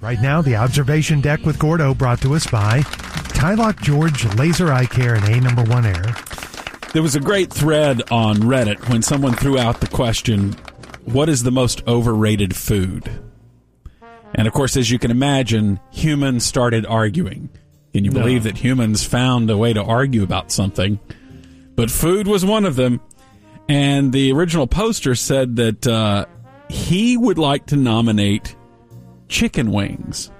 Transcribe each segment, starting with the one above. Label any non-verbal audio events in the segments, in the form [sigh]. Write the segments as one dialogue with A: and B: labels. A: Right now, the observation deck with Gordo brought to us by Tylock George Laser Eye Care and A Number One Air.
B: There was a great thread on Reddit when someone threw out the question, What is the most overrated food? And of course, as you can imagine, humans started arguing. Can you believe that humans found a way to argue about something? But food was one of them. And the original poster said that uh, he would like to nominate chicken wings.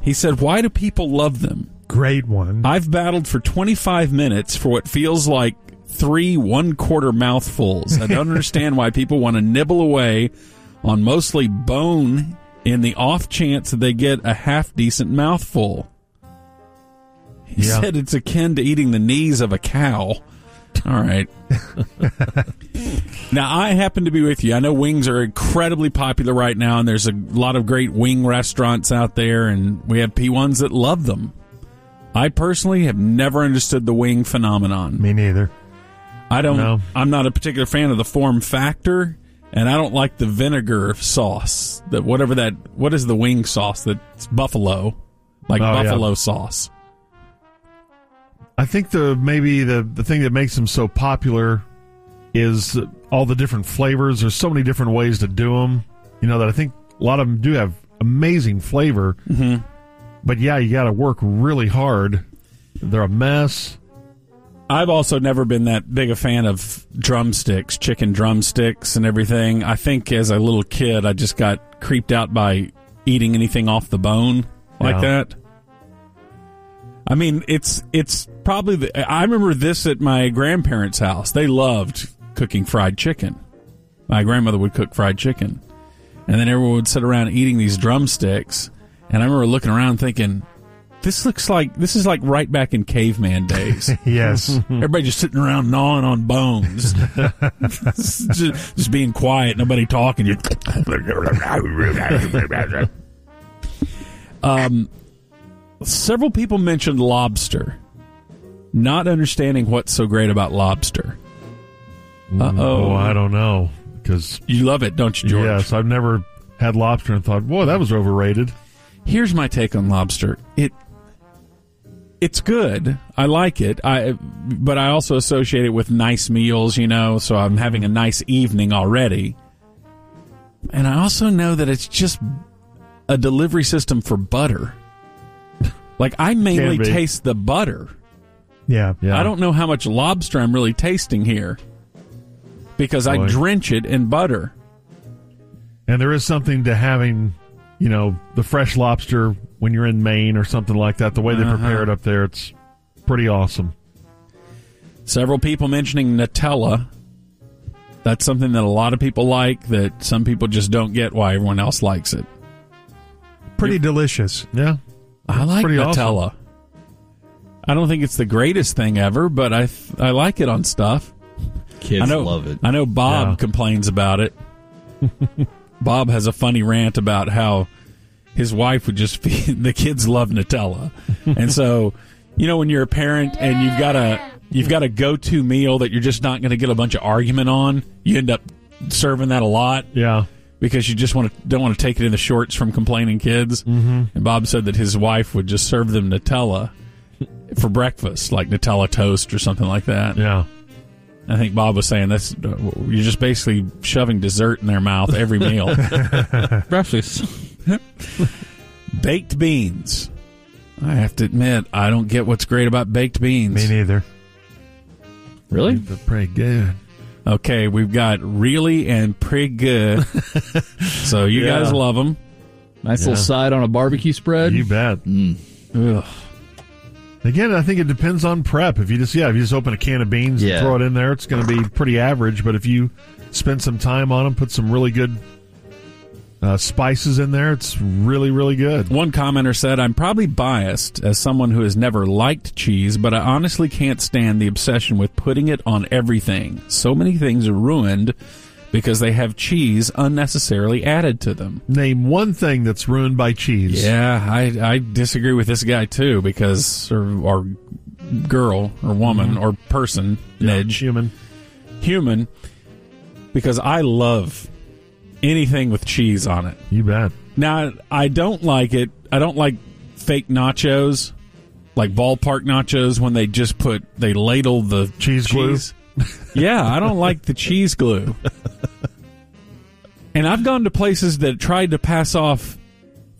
B: He said, Why do people love them?
A: Great one.
B: I've battled for 25 minutes for what feels like three one quarter mouthfuls. I don't understand why people want to nibble away on mostly bone in the off chance that they get a half decent mouthful. He
A: Yeah.
B: said it's akin to eating the knees of a cow. All right. now, I happen to be with you. I know wings are incredibly popular right now, and there's a lot of great wing restaurants out there, and we have P1s that love them. I personally have never understood the wing phenomenon.
A: Me neither.
B: I don't.
A: No.
B: I'm not a particular fan of the form factor, and I don't like the vinegar sauce. That whatever that what is the wing sauce that's buffalo, like
C: Oh, yeah.
B: buffalo sauce.
C: I think the maybe the the thing that makes them so popular is all the different flavors. There's so many different ways to do them. You know that I think a lot of them do have amazing flavor. Mm-hmm. But yeah, you got to work really hard. They're a mess.
B: I've also never been that big a fan of drumsticks, chicken drumsticks, and everything. I think as a little kid, I just got creeped out by eating anything off the bone like
C: Yeah.
B: that. I mean, it's it's probably the. I remember this at my grandparents' house. They loved cooking fried chicken. My grandmother would cook fried chicken, and then everyone would sit around eating these drumsticks. And I remember looking around thinking, "This looks like this is like right back in caveman days."
A: [laughs]
C: [laughs]
A: Yes.
B: Everybody just sitting around gnawing on bones, just, just being quiet, nobody talking. You- um, several people mentioned lobster, not understanding what's so great about lobster. Uh
C: Oh, I
B: oh,
C: don't know because
B: you love it, don't you, George?
C: yes, I've never had lobster and thought, "Whoa, that was overrated."
B: here's my take on lobster. It it's good. I like it. I but I also associate it with nice meals, you know, so I'm having a nice evening already. And I also know that it's just a delivery system for butter. [laughs] Like I mainly
C: be.
B: taste the butter.
A: yeah.
C: Yeah.
B: I don't know how much lobster I'm really tasting here because I
C: Boy.
B: drench it in butter.
C: And there is something to having, you know, the fresh lobster when you're in Maine or something like that. The way they prepare it up there, it's pretty awesome.
B: Several people mentioning Nutella. That's something that a lot of people like that some people just don't get why everyone else likes it.
A: Pretty delicious.
C: Yeah.
B: I like
C: pretty awesome.
B: Nutella. I don't think it's the greatest thing ever, but I th- I like it on stuff.
D: Kids
B: I know
D: love it.
B: I know Bob
C: Yeah.
B: complains about it. Bob has a funny rant about how his wife would just feed [laughs] the kids love Nutella. And so, you know when you're a parent and you've got a you've got a go-to meal that you're just not going to get a bunch of argument on, you end up serving that a lot
C: Yeah.
B: because you just want to don't want to take it in the shorts from complaining kids. Mm-hmm. And Bob said that his wife would just serve them Nutella for breakfast, like Nutella toast or something like that.
C: Yeah.
B: I think Bob was saying that's you're just basically shoving dessert in their mouth every meal.
D: Breakfast.
B: baked beans. I have to admit, I don't get what's great about baked
A: Me
B: beans.
A: neither.
D: Really?
C: They're pretty good.
B: Okay, we've got really and pretty good. so you
C: Yeah.
B: guys love them.
D: Nice
C: Yeah.
D: little side on a barbecue spread.
C: You bet.
B: Ugh.
C: Again, I think it depends on prep. If you just yeah, if you just open a can of beans
D: Yeah.
C: and throw it in there, it's going to be pretty average. But if you spend some time on them, put some really good uh, spices in there, it's really really good.
B: One commenter said, I'm probably biased as someone who has never liked cheese, but I honestly can't stand the obsession with putting it on everything. So many things are ruined because they have cheese unnecessarily added to them.
C: Name one thing that's ruined by cheese.
B: Yeah, I, I disagree with this guy too because, or, or girl, or woman, or person, nidge,
C: Human.
B: human, because I love anything with cheese on it.
C: You bet.
B: Now I don't like it. I don't like fake nachos, like ballpark nachos when they just put they ladle the
C: Cheese glue?
B: yeah, I don't like the cheese glue. And I've gone to places that tried to pass off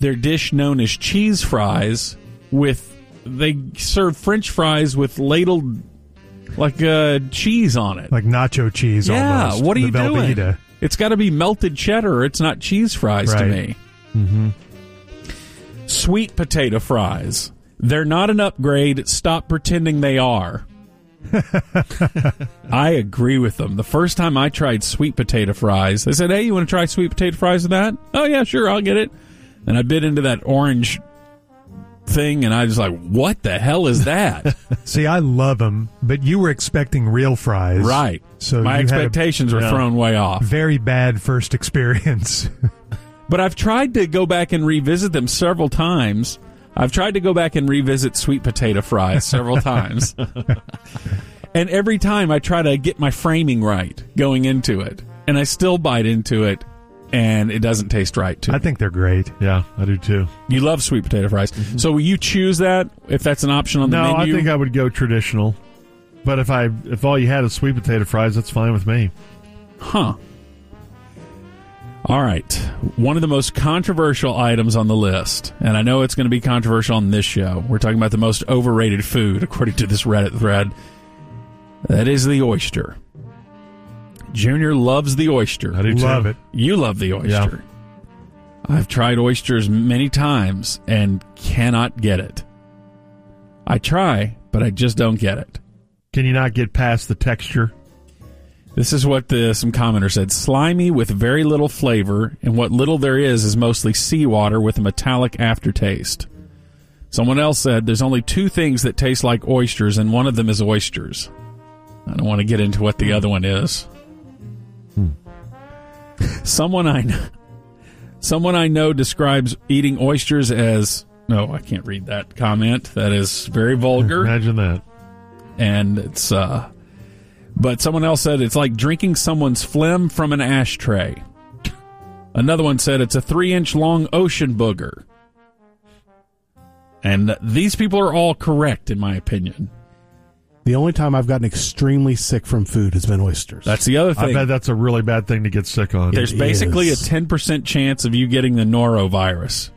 B: their dish known as cheese fries with they serve French fries with ladled like uh, cheese on it.
A: like nacho cheese.
B: yeah,
A: almost,
B: what are
A: the
B: you doing?
A: Velveeta.
B: It's got to be melted cheddar. or It's not cheese fries to
A: Right.
B: me. Mm-hmm. Sweet potato fries. They're not an upgrade. Stop pretending
A: [laughs]
B: they are. I agree with them. The first time I tried sweet potato fries, they said, "Hey, you want to try sweet potato fries with that?" Oh yeah, sure, I'll get it. And I bit into that orange thing, and I was like, "What the hell
A: [laughs]
B: is that?"
A: See, I love them, but you were expecting real fries,
B: right.
A: So
B: my
A: you had a
B: expectations were
C: Yeah.
B: thrown way off.
A: very bad first experience. [laughs]
B: But I've tried to go back and revisit them several times. I've tried to go back and revisit sweet potato fries several
C: [laughs]
B: times. and every time I try to get my framing right going into it. And I still bite into it and it doesn't taste right to
A: I
B: me.
A: think they're great.
C: Yeah, I do too.
B: You love sweet potato fries. So will you choose that if that's an option on the
C: Mm-hmm. No, I
B: menu?
C: think I would go traditional. But if I if all you had is sweet potato fries, that's fine with me.
B: Huh. All right. One of the most controversial items on the list, and I know it's going to be controversial on this show. We're talking about the most overrated food, according to this Reddit thread. That is the oyster. Junior loves the oyster.
C: I do too.
A: Love it.
B: You love the oyster. I've tried oysters many times and cannot get it. I try, but I just don't get it.
C: Can you not get past the texture?
B: This is what the, some commenter said: slimy with very little flavor, and what little there is is mostly seawater with a metallic aftertaste. Someone else said there's only two things that taste like oysters, and one of them is oysters. I don't want to get into what the other one is. someone I know, someone I know describes eating oysters as no, I can't read that comment. That is very vulgar
C: Imagine that.
B: and it's uh but someone else said it's like drinking someone's phlegm from an ashtray another one said it's a three inch long ocean booger and these people are all correct in my opinion
E: The only time I've gotten extremely sick from food has been oysters.
B: that's the other
C: I
B: thing
C: bet that's a really bad thing to get sick on.
B: there's
E: It
B: basically
E: is.
B: a 10% chance of you getting the norovirus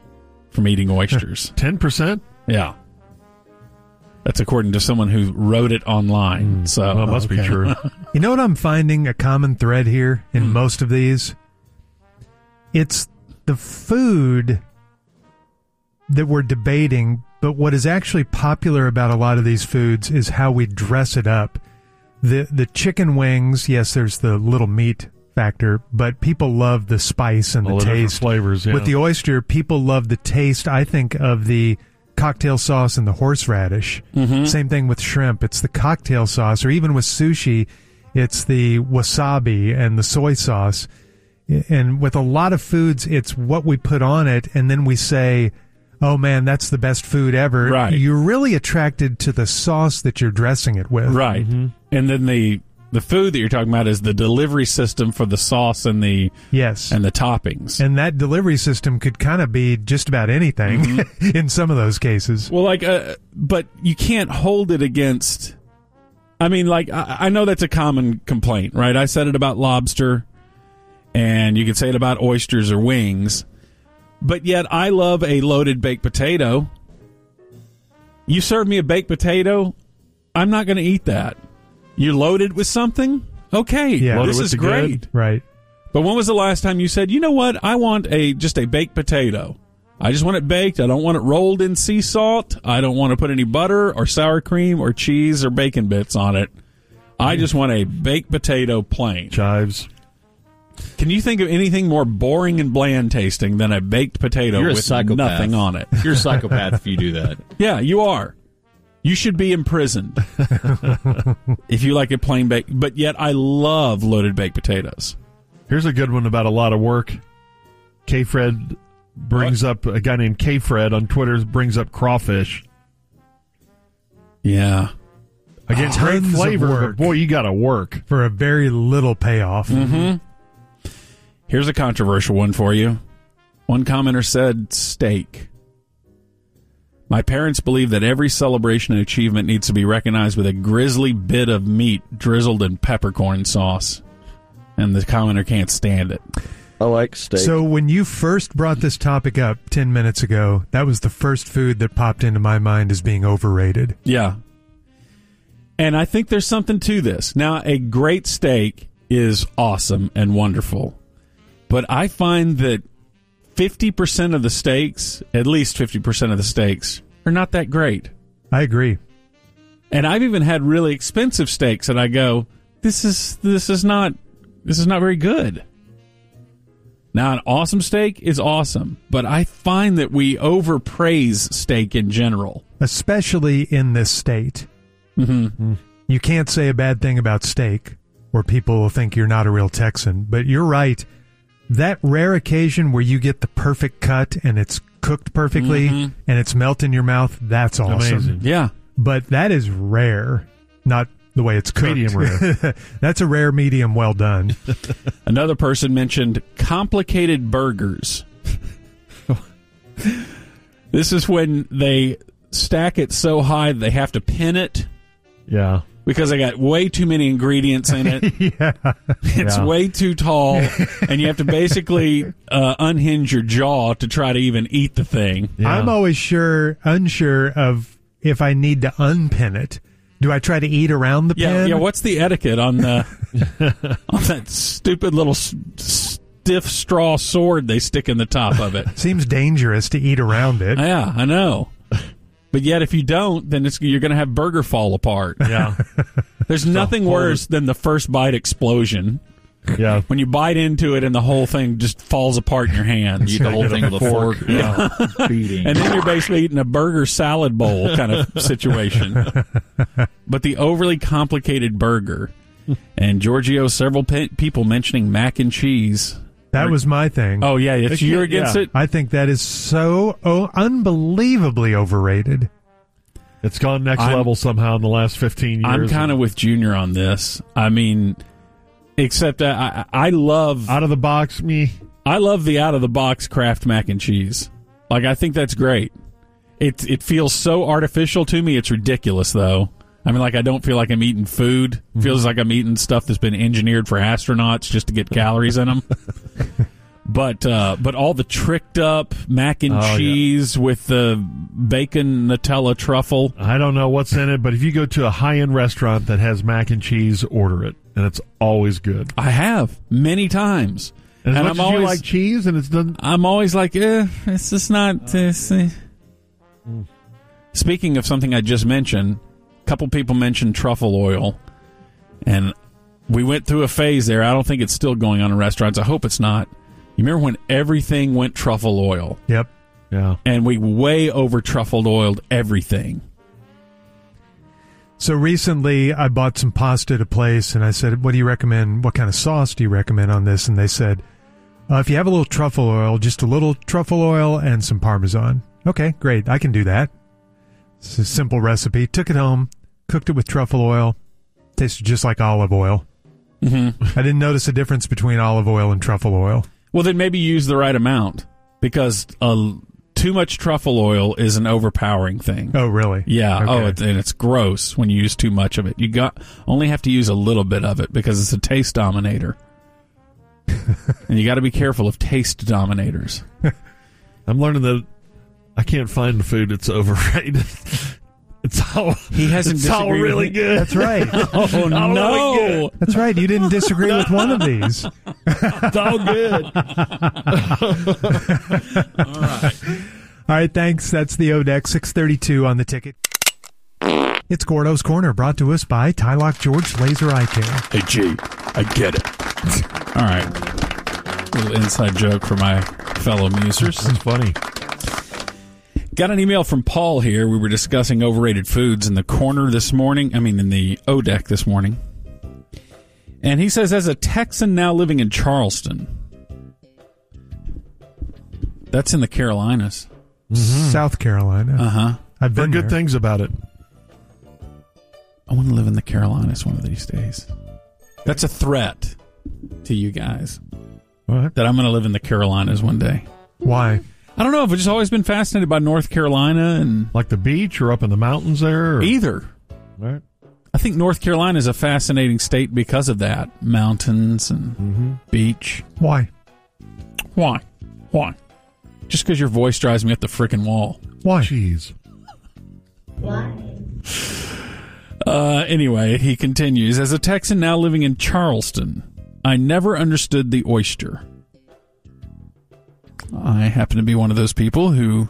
B: from
C: [laughs]
B: eating oysters
C: Ten percent?
B: yeah that's according to someone who wrote it online so
C: Hmm. Well, that must be
E: okay.
C: true.
A: You know what I'm finding a common thread here in most of these? It's the food that we're debating, but what is actually popular about a lot of these foods is how we dress it up. The the chicken wings, yes, there's the little meat factor, but people love the spice and
C: All
A: the
C: the different
A: taste.
C: flavors. Yeah.
A: With the oyster, people love the taste, I think, of the cocktail sauce and the horseradish. Same thing with shrimp. It's the cocktail sauce, or even with sushi, it's the wasabi and the soy sauce. And with a lot of foods, it's what we put on it, and then we say, oh man, that's the best food ever.
B: Right.
A: You're really attracted to the sauce that you're dressing it with.
B: Right. And then the the food that you're talking about is the delivery system for the sauce and the
A: Yes.
B: and the toppings.
A: And that delivery system could kind of be just about anything [laughs]
B: Mm-hmm.
A: in some of those cases.
B: well, like, uh, but you can't hold it against. I mean, like, I, I know that's a common complaint, right? I said it about lobster, and you could say it about oysters or wings, but yet I love a loaded baked potato. You serve me a baked potato, I'm not going to eat that. You load it with something, okay?
A: Yeah. Load it
B: this
C: with
B: is
C: the good.
B: great.
A: Right.
B: But when was the last time you said, you know what? I want a just a baked potato. I just want it baked. I don't want it rolled in sea salt. I don't want to put any butter or sour cream or cheese or bacon bits on it. I just want a baked potato plain.
C: chives.
B: Can you think of anything more boring and bland tasting than a baked potato
D: You're a
B: with
D: psychopath.
B: nothing on it?
D: You're a psychopath if you do that.
B: Yeah, you are. You should be
D: [laughs]
B: imprisoned if you like a plain baked. But yet, I love loaded baked potatoes.
C: Here's a good one about a lot of work. K Fred brings up a guy named K Fred on Twitter brings up crawfish.
B: Yeah.
C: Again, great
A: Tons of
C: flavor,
A: work.
C: but boy, you got to work.
A: for a
C: Mm-hmm.
A: very little payoff.
B: Here's a controversial one for you. One commenter said steak. My parents believe that every celebration and achievement needs to be recognized with a grisly bit of meat drizzled in peppercorn sauce. And the commenter can't stand it.
F: I like steak.
A: So when you first brought this topic up 10 minutes ago, that was the first food that popped into my mind as being overrated.
B: Yeah. And I think there's something to this. Now, a great steak is awesome and wonderful. But I find that 50% of the steaks, at least 50% of the steaks, are not that great.
A: I agree.
B: And I've even had really expensive steaks and I go, this is this is not this is not very good. Now an awesome steak is awesome, but I find that we overpraise steak in general.
A: especially in this state. You can't say a bad thing about steak, or people will think you're not a real Texan. But you're right. That rare occasion where you get the perfect cut and it's cooked perfectly and it's melt in your mouth, that's awesome.
C: Mm-hmm. Amazing.
B: Yeah.
A: But that is rare, not the way it's cooked.
C: Medium rare.
A: [laughs] that's a rare medium well done.
B: Another person mentioned complicated burgers. [laughs] this is when they stack it so high they have to pin it
C: Yeah.
B: because they got way too many ingredients in it.
A: yeah.
B: It's
C: Yeah.
B: way too tall, and you have to basically uh, unhinge your jaw to try to even eat the thing.
C: Yeah.
A: I'm always sure unsure of if I need to unpin it. Do I try to eat around the
B: Yeah,
A: pin?
B: yeah. What's the etiquette on the on that stupid little s- stiff straw sword they stick in the top of it?
A: Seems dangerous to eat around it.
B: Yeah, I know. But yet, if you don't, then it's, you're going to have burger fall apart.
C: Yeah.
B: There's nothing worse than the first bite explosion
C: Yeah.
B: when you bite into it and the whole thing just falls apart in your hand.
G: Eat the whole thing with a fork.
D: [laughs]
G: Yeah. Beating.
B: And then you're basically eating a burger salad bowl kind [laughs] of situation. but the overly complicated burger, and Giorgio, several pe- people mentioning mac and cheese.
A: That was my thing.
B: Oh yeah, it's, you're against
C: yeah.
B: it.
A: I think that is so oh, unbelievably overrated.
C: It's gone next
B: I'm-
C: level somehow in the last 15 years.
B: I'm kind of with Junior on this. I mean, except I, I I love
C: out of the box. Me.
B: I love the out of the box Kraft mac and cheese. Like I think that's great. It it feels so artificial to me. It's ridiculous though. I mean, like I don't feel like I'm eating food.
C: Mm-hmm.
B: It Feels like I'm eating stuff that's been engineered for astronauts just to get calories
C: [laughs]
B: in them. But uh, but all the tricked up mac and
C: Oh, yeah.
B: cheese with the bacon Nutella truffle.
C: I don't know what's in it, but if you go to a high end restaurant that has mac and cheese, order it, and it's always good.
B: I have many times,
C: And as
B: and
C: much
B: I'm
C: as
B: always
C: you like cheese, and it's done.
B: I'm always like, eh, it's just not. This, eh. Speaking of something I just mentioned, a couple people mentioned truffle oil, and we went through a phase there. I don't think it's still going on in restaurants. I hope it's not. You remember when everything went truffle oil,
A: Yep.
C: Yeah.
B: and we way over truffle oiled everything.
A: So recently I bought some pasta at a place and I said, What do you recommend? What kind of sauce do you recommend on this? And they said, uh, If you have a little truffle oil, just a little truffle oil and some Parmesan. Okay, great. I can do that. It's a simple recipe. Took it home, cooked it with truffle oil. Tasted just like olive oil. Mm-hmm. I didn't notice a difference between olive oil and truffle oil.
B: Well, then maybe use the right amount because uh, too much truffle oil is an overpowering thing.
A: Oh, really?
B: Yeah.
A: Okay.
B: Oh, it, and it's gross when you use too much of it. You got only have to use a little bit of it because it's a taste [laughs] dominator. and you got to be careful of taste dominators.
C: I'm learning that I can't find food that's overrated. [laughs] it's all.
B: He hasn't
C: It's all
B: disagreed with
C: really
B: me.
C: good.
A: That's
B: [laughs]
A: right.
B: Oh no!
A: That's right. You didn't disagree with one of these.
C: It's all good.
A: All right, thanks. That's the ODEC 632 on the ticket. It's Gordo's Corner, brought to us by Tylock George Laser Eye Care.
B: Hey G, I get it. All right, little inside joke for my fellow musers.
C: It's funny.
B: Got an email from Paul here. We were discussing overrated foods in the corner this morning. I mean, in the ODEC this morning. And he says, as a Texan now living in Charleston, that's in the Carolinas.
A: South Carolina.
B: Mm-hmm. Uh huh.
A: I've
C: There are
A: been
C: good
A: there.
C: things about it.
B: I want to live in the Carolinas one of these days. That's a threat to you guys
C: All right.
B: that I'm going to live in the Carolinas one day.
A: Why?
B: I don't know. I've just always been fascinated by North Carolina and
C: Like the beach or up in the mountains there? Or,
B: either.
C: Right.
B: I think North Carolina is a fascinating state because of that mountains and beach.
A: Why?
B: Why? Why? Just because your voice drives me up the frickin' wall.
A: Why?
C: Jeez.
B: Uh, anyway, he continues As a Texan now living in Charleston, I never understood the oyster. I happen to be one of those people who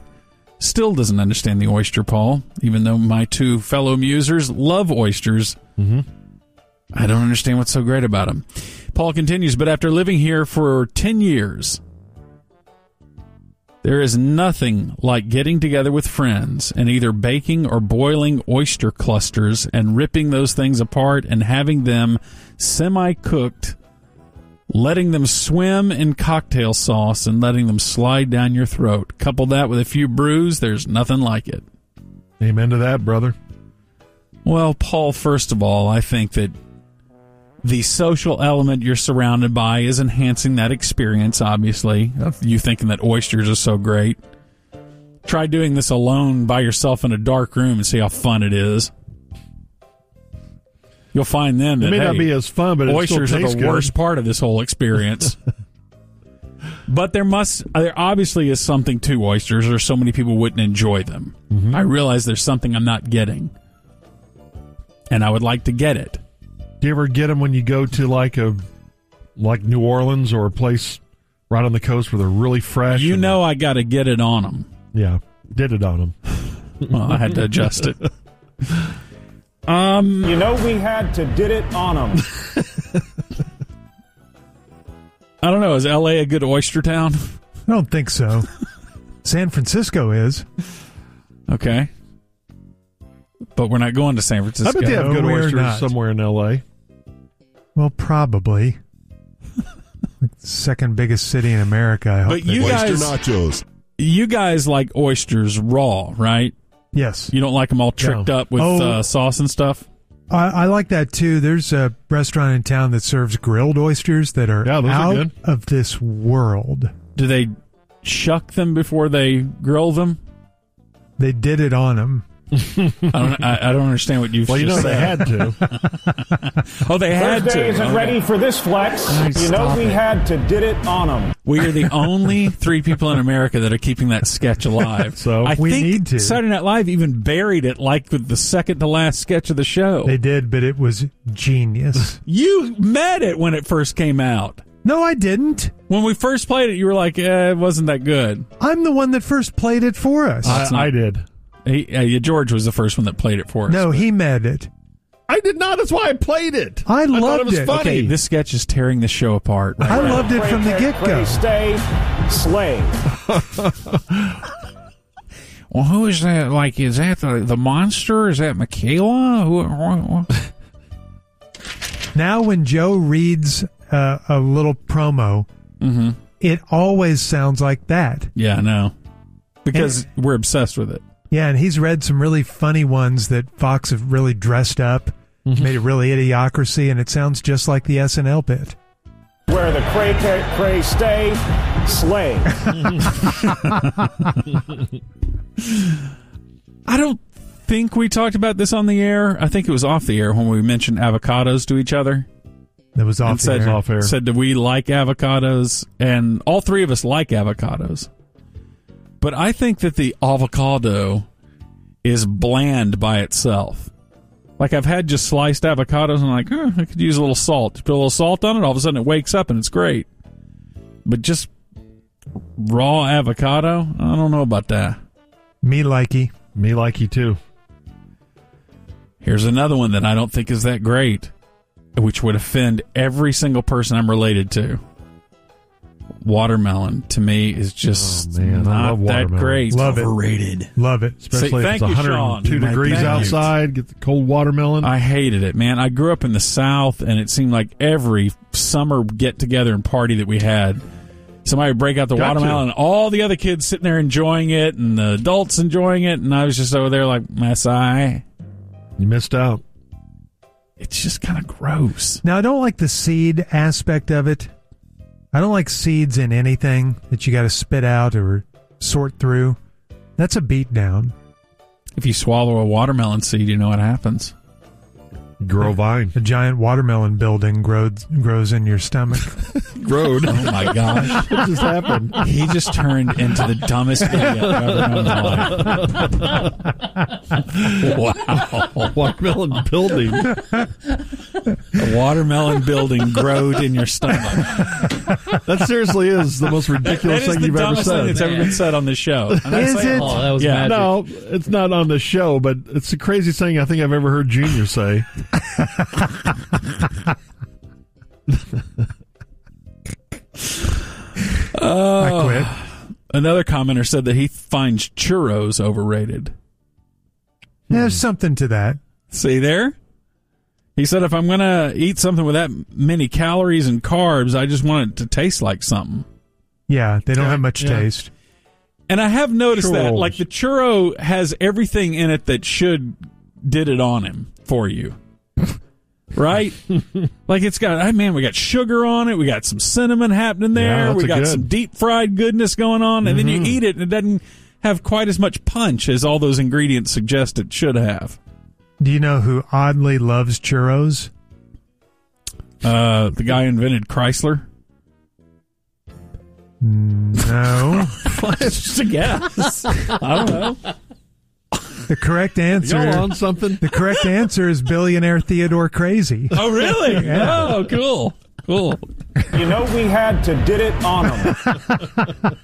B: still doesn't understand the oyster, Paul, even though my two fellow musers love oysters. I don't understand what's so great about them. Paul continues, but after living here for 10 years, there is nothing like getting together with friends and either baking or boiling oyster clusters and ripping those things apart and having them semi cooked, letting them swim in cocktail sauce and letting them slide down your throat. Couple that with a few brews, there's nothing like it.
C: Amen to that, brother.
B: Well, Paul, first of all, I think that the social element you're surrounded by is enhancing that experience, obviously. You thinking that oysters are so great. Try doing this alone by yourself in a dark room and see how fun it is. You'll find then
C: It
B: that
C: may
B: hey,
C: not be as fun, but it still
B: oysters are
C: tastes
B: the
C: good.
B: worst part of this whole experience. but there must, there obviously is something to oysters, or so many people wouldn't enjoy them. I realize there's something I'm not getting, and I would like to get it.
C: Do you ever get them when you go to like a like New Orleans or a place right on the coast where they're really fresh?
B: You
C: and-
B: know, I got to get it on them.
C: yeah, did it on them.
B: Well, I had to adjust it. Um,
F: You know we had to did it on them.
B: [laughs] I don't know. Is L.A. a good oyster town?
A: I don't think so. San Francisco is.
B: Okay, but we're not going to San
C: I
B: Francisco.
C: bet they have good
A: No, we're
C: oysters
A: not.
C: somewhere in L.A.
A: Well,
B: [laughs]
A: probably. Second biggest city in America, I hope.
B: but you guys,
H: nachos.
B: you guys like oysters raw, right?
A: yes.
B: You don't like them all tricked
C: No.
B: up with
A: Oh.
B: uh, sauce and stuff.
A: I, I like that too. There's a restaurant in town that serves grilled oysters that are
C: Yeah, those are
A: out
C: good.
A: of this world.
B: Do they shuck them before they grill them?
A: They did it on them.
B: I don't. I, I don't understand what you've
C: Well, you know
B: just
C: they
B: said. [laughs]
C: had to.
B: oh, they had
F: Thursday
B: to.
F: isn't
B: Okay.
F: ready for this flex. you know
B: stop
F: we
B: it.
F: had to did it on them.
B: We are the only three people in America that are keeping that sketch alive.
C: [laughs] So,
B: I
A: we
B: think
A: need to.
B: Saturday Night Live even buried it, like with the second to last sketch of the show.
A: They did, but it was
C: [laughs]
A: genius.
B: you met it when it first came out.
A: no, I didn't.
B: When we first played it, you were like, eh, "It wasn't that good."
A: I'm the one that first played it for us.
C: I, I did.
B: He, uh, George was the first one that played it for us.
A: no, he made it.
C: I did not. That's why I played it.
A: I
C: thought
A: loved
C: it was
A: it.
C: funny.
B: Okay, this sketch is tearing the show apart.
A: I loved it from the
F: Pray,
A: get
F: pray,
A: go.
F: Stay, slay.
I: Well, who is that? Like, is that the, the monster? Is that Michaela? Who, who- who-
A: Now, when Joe reads uh, a little promo,
C: Mm-hmm.
A: it always sounds like that.
B: [laughs] Yeah, I know. Because we're obsessed with it.
A: Yeah, and he's read some really funny ones that Fox have really dressed up, made it really idiocracy, and it sounds just like the SNL bit.
F: Where the cray, cray, cray stay, slay.
B: I don't think we talked about this on the air. I think it was off the air when we mentioned avocados to each other.
A: That was off
B: and
A: the
B: said,
A: air.
C: Off air.
B: said, do we like avocados? And all three of us like avocados. But I think that the avocado is bland by itself. Like I've had just sliced avocados and I'm like, huh, I could use a little salt. Put a little salt on it, all of a sudden it wakes up and it's great. But just raw avocado, I don't know about that.
A: Me likey.
C: Me like you too. Oh,
B: Here's another one that I don't think is that great, which would offend every single person I'm related to. Watermelon to me is just
C: Oh, man, I
B: not that
C: love watermelon.
B: great.
A: Love
G: Overrated.
A: it. Love it.
C: Especially
B: See,
C: if it's
B: thank you, Sean.
C: 102
B: My
C: degrees
B: thank you.
C: outside. Get the cold watermelon.
B: I hated it, man. I grew up in the South, and it seemed like every summer get together and party that we had, somebody would break out the
C: Gotcha.
B: watermelon, and all the other kids sitting there enjoying it, and the adults enjoying it, and I was just over there like, mess I.
C: you missed out.
B: It's just kind of gross.
A: Now, I don't like the seed aspect of it. I don't like seeds in anything that you got to spit out or sort through. That's a beatdown.
B: If you swallow a watermelon seed, you know what happens. [laughs]
C: Grow vine.
A: A giant watermelon building grows grows in your [laughs] stomach.
B: Road. Oh my gosh.
E: What just happened?
B: He just turned into the dumbest idiot I've ever known in my life. [laughs] Wow.
C: Watermelon building.
B: A watermelon building growed in your stomach.
C: That seriously is the
B: [laughs]
C: most
B: That
C: ridiculous
B: is
C: thing
B: the
C: you've ever
B: dumbest thing
C: said.
B: that's ever been said on this show.
A: Is it?
D: Oh, that was
B: Yeah.
D: magic.
C: No, it's not on the show, but it's the craziest thing I think I've ever heard
B: [laughs]
C: Junior say.
A: I quit.
B: Another commenter said that he finds churros overrated.
A: There's something to that.
B: See there? He said, if I'm going to eat something with that many calories and carbs, I just want it to taste like something.
A: Yeah, they don't have much taste.
B: And I have noticed that,
C: Churros.
B: like, the churro has everything in it that should did it on him for you. [laughs] right? like, it's got, I man, we got sugar on it. We got some cinnamon happening
C: Yeah,
B: there.
C: that's
B: we
C: a
B: got
C: good.
B: some deep fried goodness going on. And then you eat it and it doesn't have quite as much punch as all those ingredients suggest it should have.
A: Do you know who oddly loves churros?
B: Uh, the guy who invented Chrysler.
A: No.
B: [laughs] it's just a guess. I don't know.
A: the correct
C: Y'all
A: answer.
C: on something?
A: The correct answer is billionaire Theodore Crazy.
B: Oh, [laughs] really? Oh, cool. Cool.
F: You know we had to did it on them.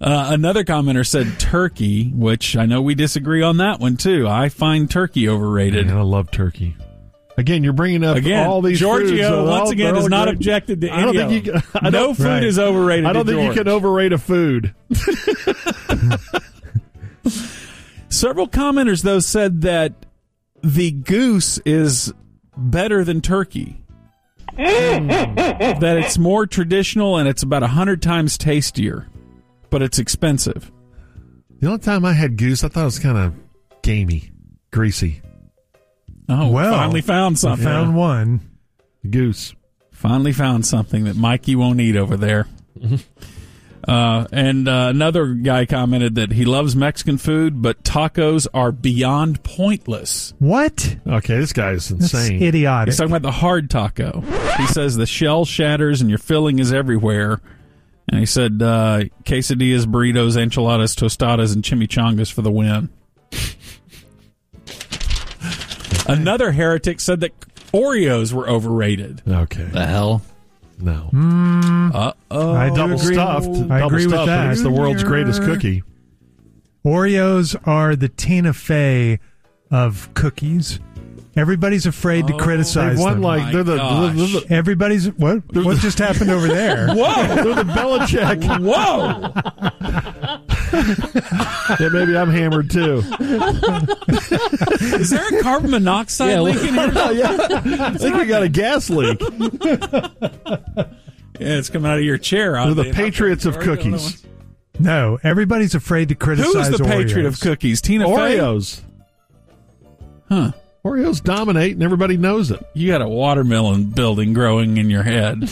B: Uh, another commenter said turkey, which I know we disagree on that one, too. I find turkey overrated.
C: Man, I love turkey. Again, you're bringing up
B: Again,
C: Mm-hmm. all these foods,
B: Giorgio,
C: they're all-
B: once again,
C: they're
B: has
C: all
B: not
C: great.
B: objected to
C: I don't
B: any of
C: think you
B: them.
C: can- [laughs]
B: No
C: I don't-
B: food
C: right.
B: is overrated.
C: I don't
B: to
C: think you
B: George.
C: can overrate a food.
B: Several commenters, though, said that the goose is better than turkey. that it's more traditional and it's about 100 times tastier, but it's expensive.
C: The only time I had goose, I thought it was kind of gamey, greasy.
B: Oh,
A: Well,
B: finally found
A: I
B: something.
A: found one.
C: Goose.
B: Finally found something that Mikey won't eat over there. Uh, and uh, another guy commented that he loves Mexican food, but tacos are beyond pointless.
A: What?
C: Okay, this guy is
A: That's
C: insane.
A: idiotic.
B: He's talking about the hard taco. He says the shell shatters and your filling is everywhere. And he said uh, quesadillas, burritos, enchiladas, tostadas, and chimichangas for the win. Another heretic said that Oreos were overrated.
C: Okay,
D: The hell?
C: no.
A: I do
C: Double
A: agree.
C: stuffed.
A: I
C: double
A: agree
C: stuffed,
A: with
C: but
A: that.
C: It's the world's greatest cookie.
A: Oreos are the Tina Fey of cookies. Everybody's afraid to
B: Oh,
A: criticize
C: They won
A: them.
B: my
C: like they're the, they're the-
B: gosh.
A: Everybody's what? What just happened over
B: [laughs]
A: there?
B: Whoa!
C: they're
B: [laughs]
C: the Belichick.
B: Whoa!
C: yeah, maybe I'm hammered too.
B: Is there a carbon monoxide
D: Yeah,
B: leak in here?
C: I think we got a gas leak.
B: [laughs] Yeah, it's coming out of your chair.
C: They're
B: oddly
C: the
B: enough.
C: Patriots
B: Oreos
C: of
B: are the
C: cookies.
B: ones-
A: No, everybody's afraid to criticize.
B: Who is the patriot of
A: Oreos.
B: cookies? Tina Fey?
C: Oreos.
B: Huh.
C: Oreos dominate, and everybody knows it.
B: You got a watermelon building growing in your head.